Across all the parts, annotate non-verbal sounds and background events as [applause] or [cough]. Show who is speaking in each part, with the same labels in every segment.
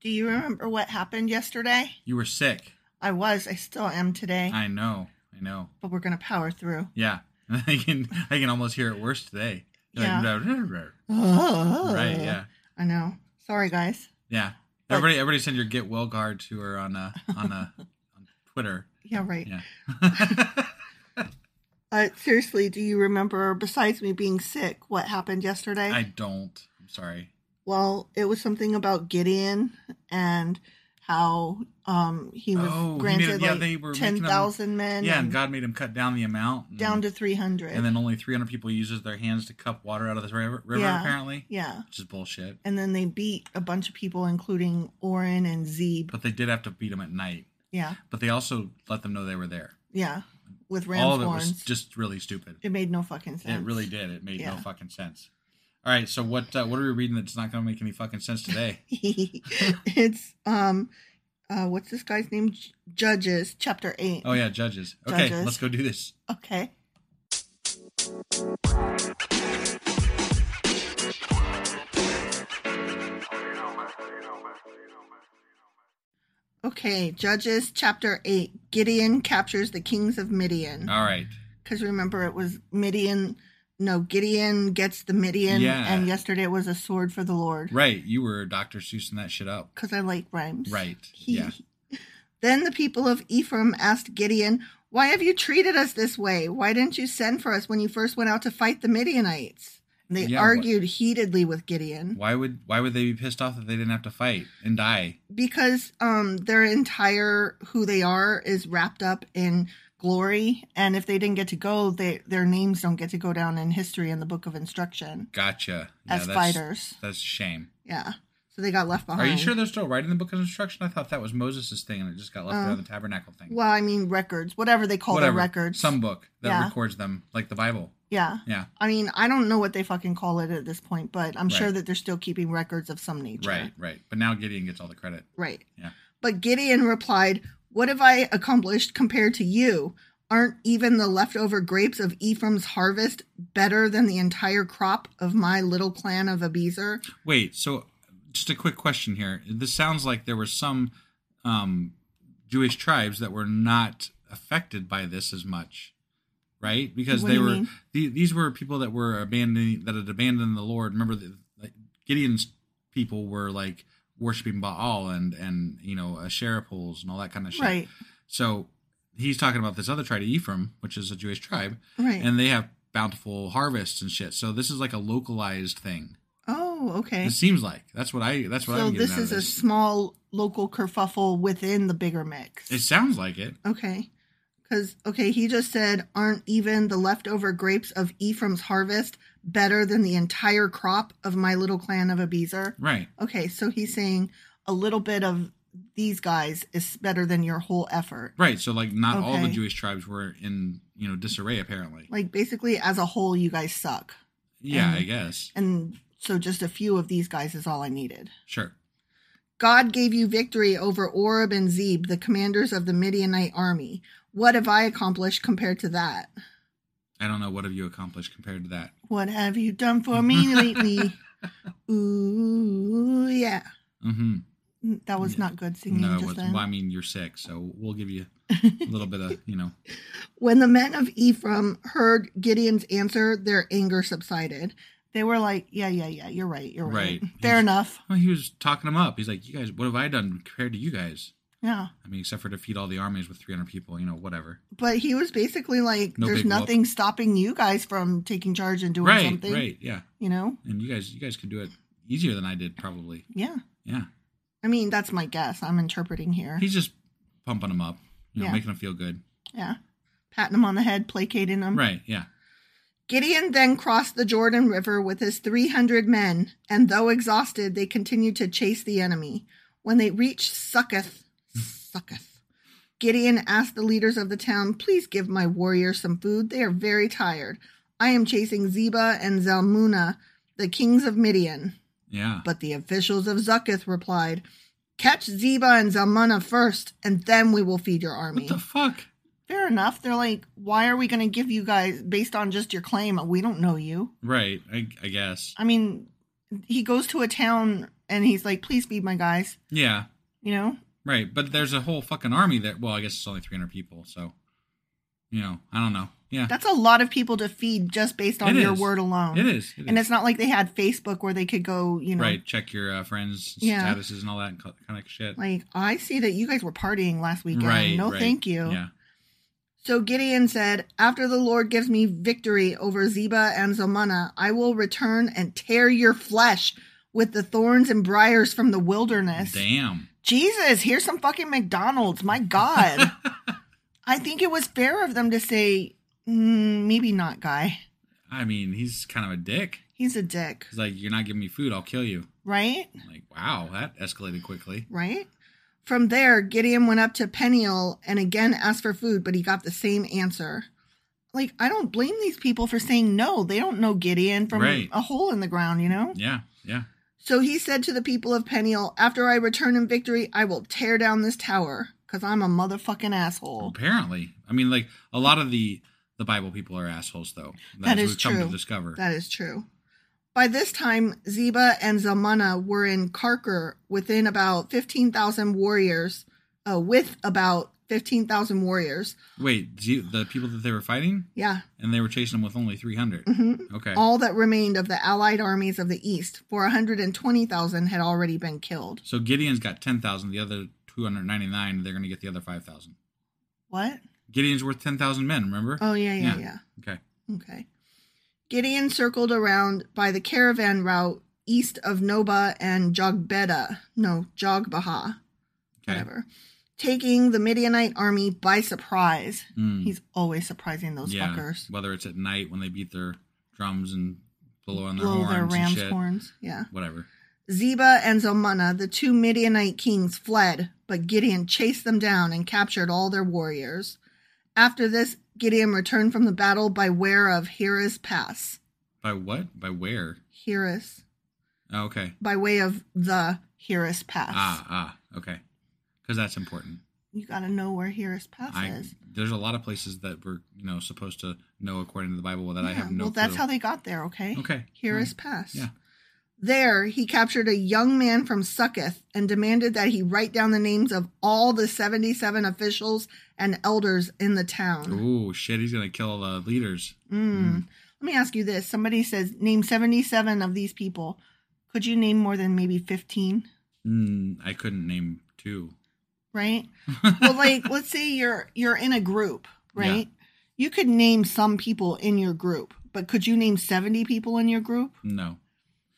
Speaker 1: do you remember what happened yesterday?
Speaker 2: you were sick.
Speaker 1: I was, I still am today,
Speaker 2: I know, I know.
Speaker 1: but we're gonna power through.
Speaker 2: Yeah, [laughs] I can I can almost hear it worse today. You're like, right?
Speaker 1: Oh.
Speaker 2: Yeah,
Speaker 1: I know. Sorry, guys.
Speaker 2: yeah. Everybody, everybody, send your get well guard to her on uh, on
Speaker 1: [laughs]
Speaker 2: uh, on Twitter.
Speaker 1: Yeah, right.
Speaker 2: Yeah.
Speaker 1: Uh, seriously, do you remember, besides me being sick, what happened yesterday?
Speaker 2: [laughs] I don't. I'm sorry.
Speaker 1: well, it was something about Gideon and how um, he was
Speaker 2: Oh, he made
Speaker 1: granted
Speaker 2: it- yeah,
Speaker 1: like
Speaker 2: they were making them-
Speaker 1: 10,000 men
Speaker 2: yeah, and
Speaker 1: and
Speaker 2: God made him cut down the amount and-
Speaker 1: down to 300.
Speaker 2: and then only 300 people uses their hands to cup water out of this river, river
Speaker 1: yeah,
Speaker 2: apparently,
Speaker 1: Yeah.
Speaker 2: which is bullshit.
Speaker 1: And then they beat a bunch of people, including Oren and Zeb.
Speaker 2: But they did have to beat them at night.
Speaker 1: Yeah.
Speaker 2: But they also let them know they were there.
Speaker 1: Yeah. with
Speaker 2: All
Speaker 1: ram's
Speaker 2: of it
Speaker 1: horns.
Speaker 2: was just really stupid.
Speaker 1: it made no fucking sense.
Speaker 2: It really did. It made no
Speaker 1: Yeah.
Speaker 2: fucking sense. All right, so what uh, what are we reading that's not going to make any fucking sense today?
Speaker 1: [laughs] it's um, uh, what's this guy's name? J- Judges chapter eight.
Speaker 2: Oh yeah, judges. Okay,
Speaker 1: Judges.
Speaker 2: let's go do this.
Speaker 1: Okay. Okay, Judges chapter 8. Gideon captures the kings of Midian.
Speaker 2: All right.
Speaker 1: Because remember, it was Midian. No, Gideon gets the Midian.
Speaker 2: Yeah.
Speaker 1: And yesterday it was a sword for the Lord.
Speaker 2: Right, you were Dr. Seussing that shit up.
Speaker 1: Because I like rhymes.
Speaker 2: Right. Yeah.
Speaker 1: [laughs] Then the people of Ephraim asked Gideon, Why have you treated us this way? Why didn't you send for us when you first went out to fight the Midianites? And they
Speaker 2: Yeah, wha-
Speaker 1: argued heatedly with Gideon
Speaker 2: Why would why would they be pissed off that they didn't have to fight and die?
Speaker 1: because um, their entire who they are is wrapped up in glory. And if they didn't get to go, they, their names don't get to go down in history in the book of instruction.
Speaker 2: Gotcha.
Speaker 1: As fighters. Uh-huh.
Speaker 2: That's a shame.
Speaker 1: Yeah. So they got left
Speaker 2: Are
Speaker 1: behind.
Speaker 2: you sure they're still writing the book of instruction? I thought that was Moses' thing and it just got left there on the tabernacle thing.
Speaker 1: Uh, Well, I mean, records, whatever they call
Speaker 2: Whatever.
Speaker 1: their records.
Speaker 2: Some book that
Speaker 1: Yeah.
Speaker 2: records them, like the Bible.
Speaker 1: Yeah.
Speaker 2: Yeah.
Speaker 1: I mean, I don't know what they fucking call it at this point, but I'm sure
Speaker 2: Right.
Speaker 1: that they're still keeping records of some nature.
Speaker 2: Right, right. But now Gideon gets all the credit.
Speaker 1: Right.
Speaker 2: Yeah.
Speaker 1: But Gideon replied, What have I accomplished compared to you? Aren't even the leftover grapes of Ephraim's harvest better than the entire crop of my little clan of Abizer?
Speaker 2: Wait, so just a quick question here. This sounds like there were some um, Jewish tribes that were not affected by this as much, right? Because
Speaker 1: What
Speaker 2: they
Speaker 1: do you
Speaker 2: were
Speaker 1: mean?
Speaker 2: the, these were people that were abandoning that had abandoned the Lord. Remember, the, like, Gideon's people were like worshiping Baal and and you know Asherah poles and all that kind of shit.
Speaker 1: Right.
Speaker 2: So he's talking about this other tribe, Ephraim, which is a Jewish tribe,
Speaker 1: Right.
Speaker 2: and they have bountiful harvests and shit. So this is like a localized thing.
Speaker 1: oh, okay.
Speaker 2: It seems like that's what I. That's what
Speaker 1: So
Speaker 2: I'm getting
Speaker 1: this
Speaker 2: out of
Speaker 1: is a
Speaker 2: this.
Speaker 1: small local kerfuffle within the bigger mix.
Speaker 2: it sounds like it.
Speaker 1: Okay. Because, okay, he just said, aren't even the leftover grapes of Ephraim's harvest better than the entire crop of my little clan of Abizer?
Speaker 2: Right.
Speaker 1: Okay, so he's saying a little bit of these guys is better than your whole effort.
Speaker 2: Right. So like, not all the
Speaker 1: Okay.
Speaker 2: Jewish tribes were in you know disarray apparently.
Speaker 1: Like, basically, as a whole, you guys suck.
Speaker 2: yeah,
Speaker 1: and-
Speaker 2: I guess.
Speaker 1: And so just a few of these guys is all I needed.
Speaker 2: Sure.
Speaker 1: God gave you victory over Oreb and Zeb, the commanders of the Midianite army. What have I accomplished compared to that?
Speaker 2: I don't know what have you accomplished compared to that.
Speaker 1: What have you done for
Speaker 2: [laughs]
Speaker 1: me lately? Ooh, yeah.
Speaker 2: Mm-hmm.
Speaker 1: That was not good singing
Speaker 2: No, it
Speaker 1: just uh,
Speaker 2: was,
Speaker 1: then.
Speaker 2: well, I mean you're sick, so we'll give
Speaker 1: [laughs]
Speaker 2: you a little bit of you know.
Speaker 1: When the men of Ephraim heard Gideon's answer, their anger subsided. They were like, Yeah, yeah, yeah, you're right, you're right.
Speaker 2: Right.
Speaker 1: Fair
Speaker 2: He's-
Speaker 1: enough.
Speaker 2: Well, he was talking him up. He's like, you guys, what have I done compared to you guys?
Speaker 1: Yeah.
Speaker 2: I mean, except for defeat all the armies with 300 people, you know, whatever.
Speaker 1: But he was basically like,
Speaker 2: No
Speaker 1: There's
Speaker 2: big whoop.
Speaker 1: nothing stopping you guys from taking charge and doing
Speaker 2: right.
Speaker 1: something.
Speaker 2: Right. Yeah.
Speaker 1: You know?
Speaker 2: And you guys, you guys could do it easier than I did probably.
Speaker 1: Yeah.
Speaker 2: Yeah.
Speaker 1: I mean, that's my guess. I'm interpreting here.
Speaker 2: He's just pumping them up, you know,
Speaker 1: Yeah.
Speaker 2: making them feel good.
Speaker 1: yeah. Patting them on the head, placating them.
Speaker 2: Right. Yeah.
Speaker 1: Gideon then crossed the Jordan River with his 300 men, and though exhausted, they continued to chase the enemy. When they reached Succoth, Succoth, Gideon asked the leaders of the town, Please give my warriors some food. They are very tired. I am chasing Zeba and Zalmunna, the kings of Midian.
Speaker 2: Yeah.
Speaker 1: But the officials of Succoth replied, Catch Zeba and Zalmunna first, and then we will feed your army.
Speaker 2: what the fuck?
Speaker 1: Fair enough. They're like, why are we going to give you guys based on just your claim? We don't know you.
Speaker 2: Right. I, I guess.
Speaker 1: I mean, he goes to a town and he's like, please feed my guys,
Speaker 2: Yeah.
Speaker 1: you know?
Speaker 2: Right. But there's a whole fucking army that, well, I guess it's only 300 people. So, you know, I don't know. Yeah.
Speaker 1: That's a lot of people to feed just based on
Speaker 2: It
Speaker 1: your
Speaker 2: is.
Speaker 1: word alone.
Speaker 2: It is. It
Speaker 1: and
Speaker 2: is.
Speaker 1: it's not like they had Facebook where they could go, you know,
Speaker 2: right. Check your uh, friends'
Speaker 1: Yeah.
Speaker 2: statuses and all that kind of shit.
Speaker 1: like, I see that you guys were partying last weekend.
Speaker 2: right.
Speaker 1: no,
Speaker 2: right.
Speaker 1: thank you.
Speaker 2: Yeah.
Speaker 1: So Gideon said, After the Lord gives me victory over Zeba and Zalmunna, I will return and tear your flesh with the thorns and briars from the wilderness.
Speaker 2: Damn.
Speaker 1: Jesus, here's some fucking McDonald's. My God. I think it was fair of them to say, mm, maybe not, guy.
Speaker 2: I mean, he's kind of a dick.
Speaker 1: He's a dick,
Speaker 2: He's like, you're not giving me food, I'll kill you.
Speaker 1: right?
Speaker 2: I'm like, wow, that escalated quickly.
Speaker 1: Right? From there, Gideon went up to Peniel and again asked for food, but he got the same answer. Like, I don't blame these people for saying no. They don't know Gideon from
Speaker 2: Right.
Speaker 1: a hole in the ground, you know?
Speaker 2: Yeah, yeah.
Speaker 1: So he said to the people of Peniel, After I return in victory, I will tear down this tower because I'm a motherfucking asshole.
Speaker 2: Apparently, I mean, like a lot of the the Bible people are assholes, though.
Speaker 1: That
Speaker 2: That's
Speaker 1: is
Speaker 2: what
Speaker 1: true.
Speaker 2: we've Come to discover.
Speaker 1: That is true. By this time, Zeba and Zamana were in Karkar within about 15,000 warriors, uh, with about 15,000 warriors.
Speaker 2: Wait, do you- the people that they were fighting,
Speaker 1: Yeah.
Speaker 2: and they were chasing them with only three Okay.
Speaker 1: Mm-hmm. All that remained of the allied armies of the east, for 120,000 had already been killed.
Speaker 2: so Gideon's got ten thousand. The other two hundred ninety nine. They're going to get the other five thousand.
Speaker 1: What?
Speaker 2: Gideon's worth ten thousand men. Remember?
Speaker 1: Oh, yeah, yeah, yeah.
Speaker 2: Okay.
Speaker 1: Okay. Gideon circled around by the caravan route east of Noba and Jogbeda, no, Jogbaha,
Speaker 2: Okay.
Speaker 1: whatever, taking the Midianite army by surprise.
Speaker 2: Mm.
Speaker 1: He's always surprising those
Speaker 2: yeah.
Speaker 1: fuckers.
Speaker 2: Whether it's at night when they beat their drums and blow on their
Speaker 1: Blow
Speaker 2: horns
Speaker 1: their
Speaker 2: and
Speaker 1: ram's
Speaker 2: shit.
Speaker 1: horns. Yeah.
Speaker 2: Whatever.
Speaker 1: Zeba and Zalmunna, the two Midianite kings, fled, but Gideon chased them down and captured all their warriors. After this, Gideon returned from the battle by where of Hera's Pass.
Speaker 2: By what? By where?
Speaker 1: Hera's.
Speaker 2: Oh, okay.
Speaker 1: by way of the Hera's Pass.
Speaker 2: Ah, ah. Okay. Because that's important.
Speaker 1: You got to know where Hera's Pass
Speaker 2: I,
Speaker 1: is.
Speaker 2: there's a lot of places that we're you know supposed to know according to the Bible that I have
Speaker 1: Yeah,
Speaker 2: no.
Speaker 1: well, that's
Speaker 2: clue.
Speaker 1: how they got there, okay?
Speaker 2: Okay.
Speaker 1: Hera's
Speaker 2: Alright.
Speaker 1: Pass.
Speaker 2: Yeah.
Speaker 1: There, he captured a young man from Succoth and demanded that he write down the names of all the 77 officials and elders in the town.
Speaker 2: Ooh, shit! He's gonna kill the leaders.
Speaker 1: Mm. Let me ask you this. Somebody says, name 77 of these people. Could you name more than maybe 15?
Speaker 2: Mm, I couldn't name two.
Speaker 1: right? well, like let's say you're you're in a group, right? You could name some people in your group, but could you name 70 people in your group?
Speaker 2: No.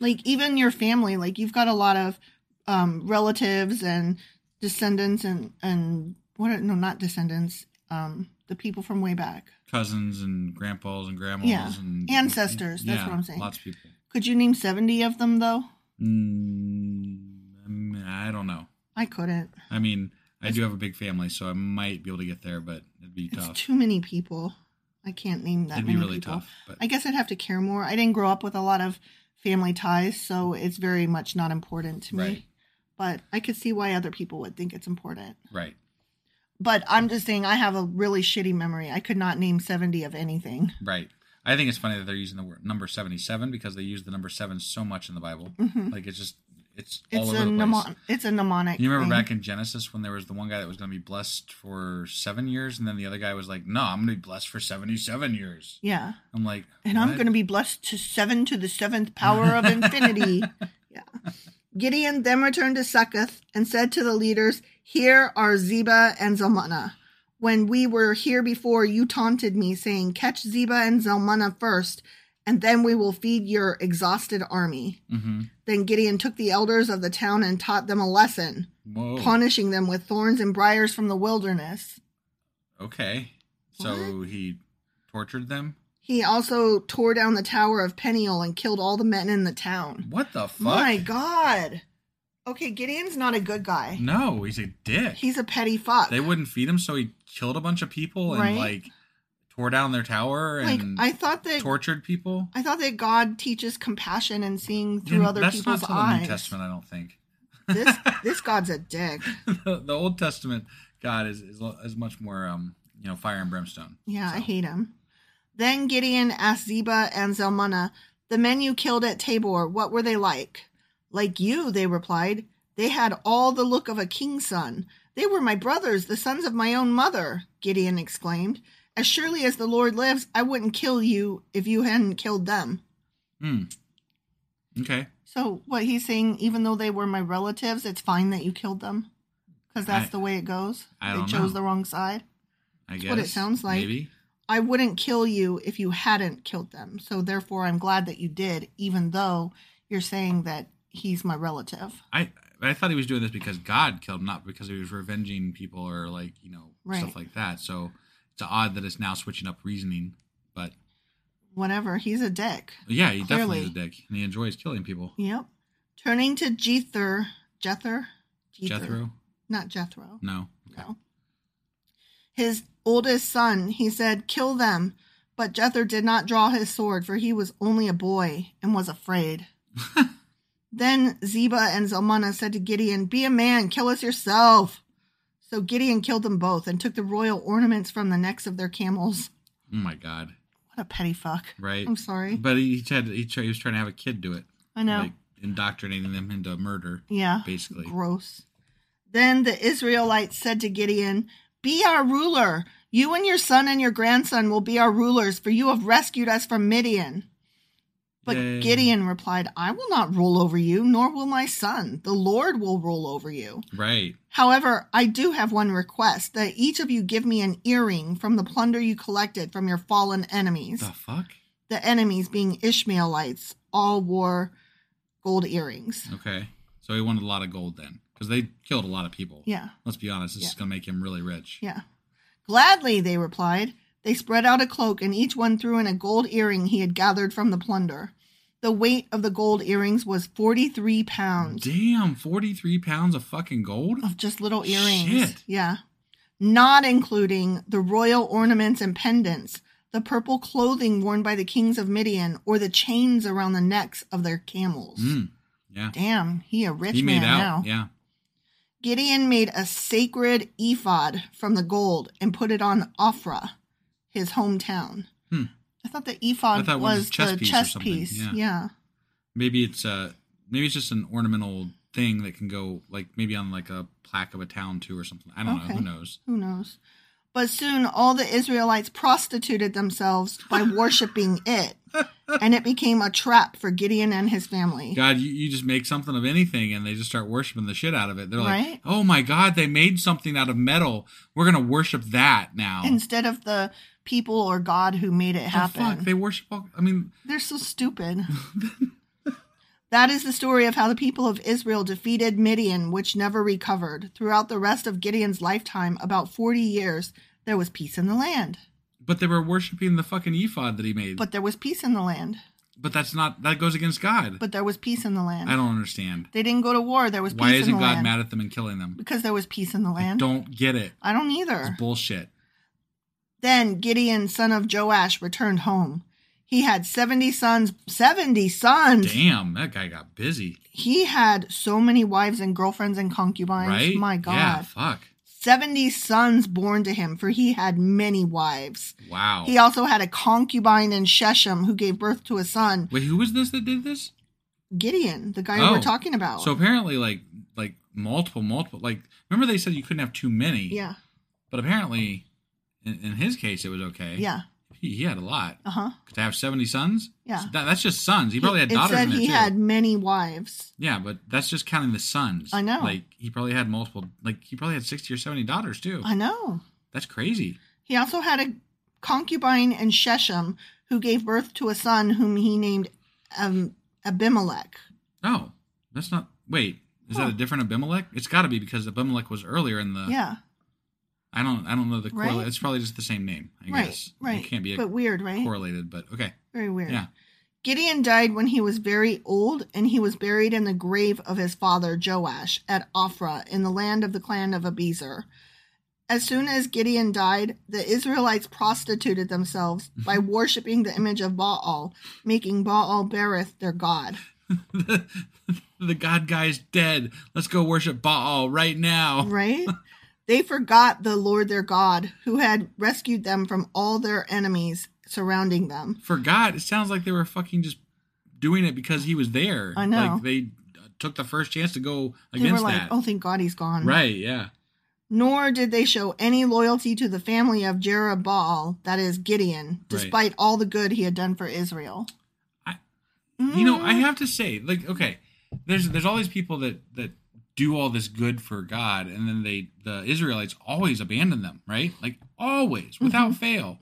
Speaker 1: Like even your family, like you've got a lot of um relatives and descendants and and what are, no, not descendants, um the people from way back.
Speaker 2: Cousins and grandpas and grandmas
Speaker 1: Yeah.
Speaker 2: and
Speaker 1: Ancestors, that's
Speaker 2: Yeah,
Speaker 1: what I'm saying.
Speaker 2: Lots of people.
Speaker 1: Could you name 70 of them though?
Speaker 2: Mm, I mean, I don't know.
Speaker 1: I couldn't.
Speaker 2: I mean, I do have a big family, so I might be able to get there, but it'd be
Speaker 1: It's
Speaker 2: tough.
Speaker 1: too many people. I can't name that
Speaker 2: It'd be
Speaker 1: many
Speaker 2: really
Speaker 1: people.
Speaker 2: tough, but-
Speaker 1: I guess I'd have to care more. I didn't grow up with a lot of family ties, so it's very much not important to me.
Speaker 2: Right.
Speaker 1: But I could see why other people would think it's important.
Speaker 2: right.
Speaker 1: But I'm just saying I have a really shitty memory. I could not name 70 of anything.
Speaker 2: Right. I think it's funny that they're using the word number seventy-seven because they use the number seven so much in the Bible. Like it's just it's all
Speaker 1: Mm-hmm. It's
Speaker 2: over
Speaker 1: a
Speaker 2: the place.
Speaker 1: mnemon- it's a mnemonic.
Speaker 2: You remember
Speaker 1: thing.
Speaker 2: back in Genesis when there was the one guy that was going to be blessed for seven years, and then the other guy was like, "No, I'm going to be blessed for seventy-seven years."
Speaker 1: Yeah.
Speaker 2: I'm like,
Speaker 1: And I'm going to be blessed to seven to the seventh power
Speaker 2: [laughs]
Speaker 1: of infinity. yeah. Gideon then returned to Succoth and said to the leaders, Here are Zeba and Zalmunna. When we were here before, you taunted me, saying, Catch Zeba and Zalmunna first, and then we will feed your exhausted army.
Speaker 2: hmm
Speaker 1: Then Gideon took the elders of the town and taught them a lesson,
Speaker 2: Whoa.
Speaker 1: punishing them with thorns and briars from the wilderness.
Speaker 2: okay. So he tortured them.
Speaker 1: He also tore down the tower of Peniel and killed all the men in the town.
Speaker 2: What the fuck?
Speaker 1: My God. Okay, Gideon's not a good guy.
Speaker 2: No, he's a dick.
Speaker 1: He's a petty fuck.
Speaker 2: they wouldn't feed him, so he killed a bunch of people
Speaker 1: Right?
Speaker 2: and like tore down their tower
Speaker 1: like
Speaker 2: and
Speaker 1: I thought that
Speaker 2: tortured people.
Speaker 1: I thought that God teaches compassion and seeing through
Speaker 2: Yeah,
Speaker 1: other
Speaker 2: Mm, That's
Speaker 1: people's
Speaker 2: not till
Speaker 1: eyes.
Speaker 2: the New Testament, I don't think. [laughs]
Speaker 1: this this God's a dick.
Speaker 2: the, the Old Testament God is, is is much more um you know fire and brimstone.
Speaker 1: Yeah, I
Speaker 2: So,
Speaker 1: hate him. Then Gideon asked Zeba and Zalmunna, "The men you killed at Tabor, what were they like?" "Like you," they replied. "They had all the look of a king's son. They were my brothers, the sons of my own mother." Gideon exclaimed, "As surely as the Lord lives, I wouldn't kill you if you hadn't killed them."
Speaker 2: hmm. Okay.
Speaker 1: So, what he's saying, even though they were my relatives, it's fine that you killed them because that's
Speaker 2: I-
Speaker 1: the way it goes.
Speaker 2: I
Speaker 1: they
Speaker 2: don't
Speaker 1: chose
Speaker 2: know.
Speaker 1: the wrong side.
Speaker 2: I
Speaker 1: That's
Speaker 2: guess
Speaker 1: what it sounds like.
Speaker 2: Maybe.
Speaker 1: I wouldn't kill you if you hadn't killed them. So therefore, I'm glad that you did, even though you're saying that he's my relative.
Speaker 2: I I thought he was doing this because God killed him, not because he was revenging people or like you know
Speaker 1: Right.
Speaker 2: stuff like that. So it's odd that it's now switching up reasoning. But
Speaker 1: Whatever, he's a dick.
Speaker 2: yeah, he definitely is a
Speaker 1: Clearly.
Speaker 2: dick, and he enjoys killing people.
Speaker 1: Yep. Turning to Jether, Jether,
Speaker 2: Jethro.
Speaker 1: Not Jethro.
Speaker 2: No.
Speaker 1: No. His oldest son, he said, Kill them. But Jethro did not draw his sword, for he was only a boy and was afraid. then Zeba and Zalmunna said to Gideon, Be a man, kill us yourself. So Gideon killed them both and took the royal ornaments from the necks of their camels.
Speaker 2: Oh my God.
Speaker 1: What a petty fuck.
Speaker 2: Right.
Speaker 1: I'm sorry.
Speaker 2: But he had he, tried, he was trying to have a kid do it.
Speaker 1: I know.
Speaker 2: Like indoctrinating them into murder.
Speaker 1: Yeah.
Speaker 2: Basically.
Speaker 1: Gross. Then the Israelites said to Gideon, Be our ruler. You and your son and your grandson will be our rulers, for you have rescued us from Midian. But
Speaker 2: Yay.
Speaker 1: Gideon replied, I will not rule over you, nor will my son. The Lord will rule over you.
Speaker 2: Right.
Speaker 1: However, I do have one request that each of you give me an earring from the plunder you collected from your fallen enemies.
Speaker 2: The fuck?
Speaker 1: The enemies being Ishmaelites all wore gold earrings.
Speaker 2: Okay. So he wanted a lot of gold then. Because they killed a lot of people.
Speaker 1: Yeah.
Speaker 2: Let's be honest. This is
Speaker 1: Yeah.
Speaker 2: going to make him really rich.
Speaker 1: Yeah. Gladly, they replied. They spread out a cloak, and each one threw in a gold earring he had gathered from the plunder. The weight of the gold earrings was 43 pounds
Speaker 2: Damn, 43 pounds of fucking gold?
Speaker 1: of just little earrings.
Speaker 2: Shit.
Speaker 1: Yeah. Not including the royal ornaments and pendants, the purple clothing worn by the kings of Midian, or the chains around the necks of their camels.
Speaker 2: Mm. Yeah.
Speaker 1: Damn, he a rich
Speaker 2: he
Speaker 1: man
Speaker 2: made
Speaker 1: now.
Speaker 2: out. Yeah.
Speaker 1: Gideon made a sacred ephod from the gold and put it on Ophrah, his hometown.
Speaker 2: Hmm.
Speaker 1: I thought the ephod
Speaker 2: I thought it
Speaker 1: was,
Speaker 2: was a chess
Speaker 1: the
Speaker 2: piece or
Speaker 1: chess
Speaker 2: something,
Speaker 1: piece.
Speaker 2: yeah.
Speaker 1: Yeah.
Speaker 2: Maybe it's uh maybe it's just an ornamental thing that can go like maybe on like a plaque of a town too or something. I don't know.
Speaker 1: Okay.
Speaker 2: Who knows?
Speaker 1: Who knows? But soon all the Israelites prostituted themselves by
Speaker 2: [laughs]
Speaker 1: worshiping it, and it became a trap for Gideon and his family.
Speaker 2: God, you, you just make something of anything and they just start worshiping the shit out of it. They're like,
Speaker 1: Right.
Speaker 2: oh my God, they made something out of metal. We're going to worship that now.
Speaker 1: Instead of the people or God who made it
Speaker 2: Oh,
Speaker 1: happen.
Speaker 2: fuck, they worship all. I mean,
Speaker 1: They're so stupid. that is the story of how the people of Israel defeated Midian, which never recovered. Throughout the rest of Gideon's lifetime, about 40 years, there was peace in the land.
Speaker 2: but they were worshiping the fucking ephod that he made. But,
Speaker 1: But there was peace in the land.
Speaker 2: that's not, that goes against God.
Speaker 1: But there was peace in the land.
Speaker 2: I don't understand.
Speaker 1: They didn't go to war. There was
Speaker 2: Why
Speaker 1: peace
Speaker 2: isn't
Speaker 1: in the
Speaker 2: God
Speaker 1: land.
Speaker 2: mad at them and killing them?
Speaker 1: because there was peace in the land.
Speaker 2: I don't get it.
Speaker 1: I don't either.
Speaker 2: It's bullshit.
Speaker 1: Then Gideon, son of Joash, returned home. He had 70 sons. 70 sons!
Speaker 2: Damn, that guy got busy.
Speaker 1: He had so many wives and girlfriends and concubines.
Speaker 2: Right?
Speaker 1: My God.
Speaker 2: Yeah, fuck.
Speaker 1: 70 sons born to him, for he had many wives.
Speaker 2: Wow.
Speaker 1: He also had a concubine in Shechem who gave birth to a son,
Speaker 2: Wait, who was this that did this?
Speaker 1: Gideon, the guy
Speaker 2: Oh.
Speaker 1: we're talking about.
Speaker 2: So apparently, like, like multiple, multiple, like, remember they said you couldn't have too many?
Speaker 1: yeah,
Speaker 2: But apparently, in, in his case, it was okay.
Speaker 1: yeah,
Speaker 2: He, he had a lot.
Speaker 1: uh huh.
Speaker 2: To have 70 sons?
Speaker 1: Yeah.
Speaker 2: So that- that's just sons. He probably had daughters
Speaker 1: It said
Speaker 2: in there
Speaker 1: he
Speaker 2: too.
Speaker 1: had many wives.
Speaker 2: yeah, but that's just counting the sons.
Speaker 1: I know.
Speaker 2: Like, he probably had multiple, like, he probably had 60 or 70 daughters too.
Speaker 1: I know.
Speaker 2: that's crazy.
Speaker 1: He also had a concubine in Shechem who gave birth to a son whom he named um, Abimelech.
Speaker 2: No, Oh, that's not. Wait, is that
Speaker 1: Huh.
Speaker 2: a different Abimelech? It's got to be because Abimelech was earlier in the.
Speaker 1: yeah,
Speaker 2: I don't. I don't know the
Speaker 1: Right?
Speaker 2: correlate. It's probably just the same name. I
Speaker 1: right,
Speaker 2: guess.
Speaker 1: right.
Speaker 2: It can't be
Speaker 1: but
Speaker 2: a
Speaker 1: weird, right?
Speaker 2: correlated, but okay.
Speaker 1: Very weird.
Speaker 2: Yeah. [laughs]
Speaker 1: Gideon died when he was very old, and he was buried in the grave of his father Joash at Ophrah in the land of the clan of Abizer. As soon as Gideon died, the Israelites
Speaker 2: [laughs]
Speaker 1: prostituted themselves by worshipping the image of Baal, making Baal Berith their god.
Speaker 2: the God guy's dead. Let's go worship Baal right now. [laughs]
Speaker 1: Right? they forgot the Lord their God, who had rescued them from all their enemies surrounding them.
Speaker 2: Forgot. It sounds like they were fucking just doing it because he was there.
Speaker 1: I know.
Speaker 2: Like they took the first chance to go
Speaker 1: They were
Speaker 2: against
Speaker 1: like,
Speaker 2: that.
Speaker 1: oh, thank God he's gone.
Speaker 2: right. Yeah.
Speaker 1: Nor did they show any loyalty to the family of Jerubbaal, that is Gideon, despite all the good he had done for Israel.
Speaker 2: I- You know, I
Speaker 1: Mm.
Speaker 2: have to say, like, okay, there's there's all these people that that do all this good for God, and then they the Israelites always abandon them, right? Like always,
Speaker 1: Mm-hmm.
Speaker 2: without fail.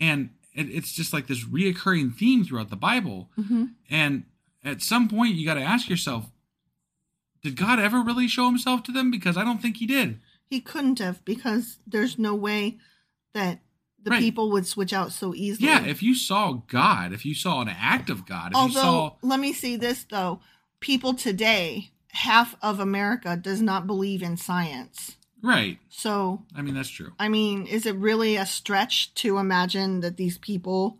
Speaker 2: And it, it's just like this reoccurring theme throughout the Bible.
Speaker 1: Mm-hmm.
Speaker 2: And at some point, you got to ask yourself, did God ever really show Himself to them? Because I don't think He did.
Speaker 1: He couldn't have because there's no way that the
Speaker 2: Right.
Speaker 1: people would switch out so easily.
Speaker 2: Yeah, if you saw God, if you saw an act of God, if
Speaker 1: Although,
Speaker 2: you saw
Speaker 1: let me say this though, people today half of America does not believe in science.
Speaker 2: Right.
Speaker 1: So,
Speaker 2: I mean, that's true.
Speaker 1: I mean, is it really a stretch to imagine that these people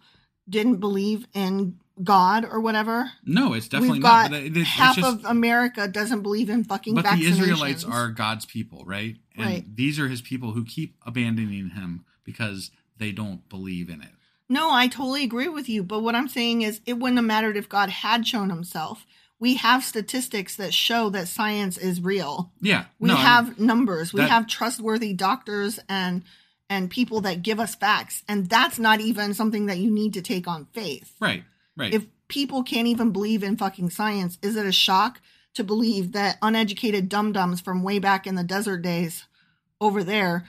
Speaker 1: didn't believe in God or whatever?
Speaker 2: No, it's definitely
Speaker 1: We've
Speaker 2: not.
Speaker 1: got
Speaker 2: But it- it's
Speaker 1: half
Speaker 2: just-
Speaker 1: of America doesn't believe in fucking
Speaker 2: but the
Speaker 1: vaccinations.
Speaker 2: Israelites are God's people, right? And
Speaker 1: Right.
Speaker 2: these are his people who keep abandoning him because they don't believe in it.
Speaker 1: No, I totally agree with you. But what I'm saying is, it wouldn't have mattered if God had shown himself. We have statistics that show that science is real.
Speaker 2: Yeah.
Speaker 1: We
Speaker 2: no, I mean,
Speaker 1: have numbers. We
Speaker 2: that-
Speaker 1: have trustworthy doctors and and people that give us facts. And that's not even something that you need to take on faith.
Speaker 2: right. Right.
Speaker 1: If people can't even believe in fucking science, is it a shock to believe that uneducated dum dums from way back in the desert days over there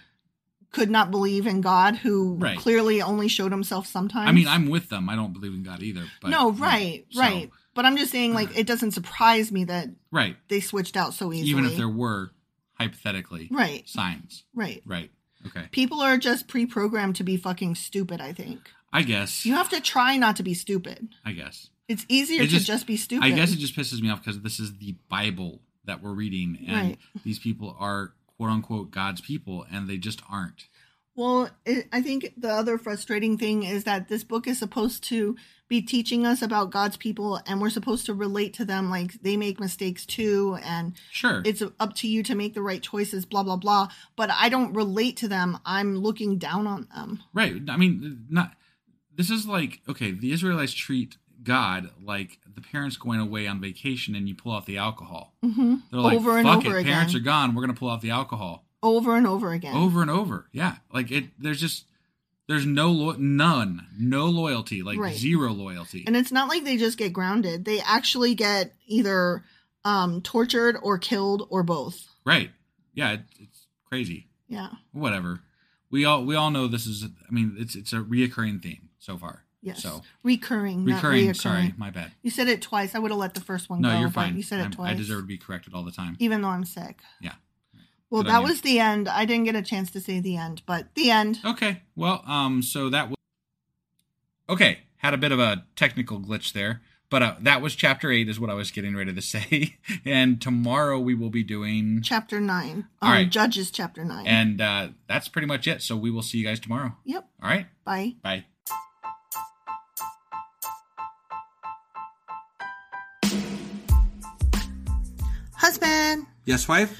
Speaker 1: could not believe in God, who
Speaker 2: Right.
Speaker 1: clearly only showed himself sometimes?
Speaker 2: I mean, I'm with them. I don't believe in God either. But
Speaker 1: no, right,
Speaker 2: so-
Speaker 1: right. But I'm just saying, like, it doesn't surprise me that
Speaker 2: Right.
Speaker 1: they switched out so easily.
Speaker 2: Even if there were hypothetically
Speaker 1: Right.
Speaker 2: signs.
Speaker 1: right.
Speaker 2: Right. Okay.
Speaker 1: People are just pre-programmed to be fucking stupid. I think
Speaker 2: I guess.
Speaker 1: you have to try not to be stupid.
Speaker 2: I guess.
Speaker 1: It's easier
Speaker 2: It
Speaker 1: to just be stupid.
Speaker 2: I guess it just pisses me off because this is the Bible that we're reading, and
Speaker 1: Right.
Speaker 2: these people are quote unquote God's people, and they just aren't.
Speaker 1: Well, it, I think the other frustrating thing is that this book is supposed to be teaching us about God's people and we're supposed to relate to them like they make mistakes too and
Speaker 2: Sure.
Speaker 1: it's up to you to make the right choices blah blah blah, but I don't relate to them. I'm looking down on them.
Speaker 2: Right. I mean, not. This is like okay. The Israelites treat God like the parents going away on vacation, and you pull out the alcohol. Mm-hmm. They're like,
Speaker 1: Over and
Speaker 2: "Fuck
Speaker 1: over
Speaker 2: it, parents are
Speaker 1: again.
Speaker 2: gone. We're gonna pull out the alcohol
Speaker 1: Over and over again.
Speaker 2: over and over." Yeah. Like it. There's just there's no lo- none no loyalty like
Speaker 1: Right.
Speaker 2: zero loyalty.
Speaker 1: And it's not like they just get grounded. They actually get either um tortured or killed or both.
Speaker 2: right. Yeah. It, it's crazy.
Speaker 1: Yeah.
Speaker 2: Whatever. We all we all know this is. I mean, it's it's a reoccurring theme so far.
Speaker 1: Yes.
Speaker 2: So
Speaker 1: recurring, not
Speaker 2: recurring.
Speaker 1: reoccurring.
Speaker 2: Sorry, my bad.
Speaker 1: You said it twice. I would have let the first one go.
Speaker 2: No, you're
Speaker 1: but
Speaker 2: fine.
Speaker 1: You said it
Speaker 2: I'm-
Speaker 1: twice.
Speaker 2: I deserve to be corrected all the time.
Speaker 1: Even though I'm sick.
Speaker 2: Yeah.
Speaker 1: Well,
Speaker 2: Good on
Speaker 1: that
Speaker 2: you.
Speaker 1: was the end. I didn't get a chance to say the end, but the end.
Speaker 2: Okay. Well, um, so that was okay. Had a bit of a technical glitch there, but uh, that was chapter eight, is what I was getting ready to [laughs] say. and tomorrow we will be doing,
Speaker 1: Chapter nine.
Speaker 2: Oh. All
Speaker 1: um,
Speaker 2: right.
Speaker 1: Judges chapter nine.
Speaker 2: and uh, that's pretty much it. So we will see you guys tomorrow.
Speaker 1: yep.
Speaker 2: All right.
Speaker 1: Bye.
Speaker 2: Bye.
Speaker 1: Husband,
Speaker 3: Yes, wife?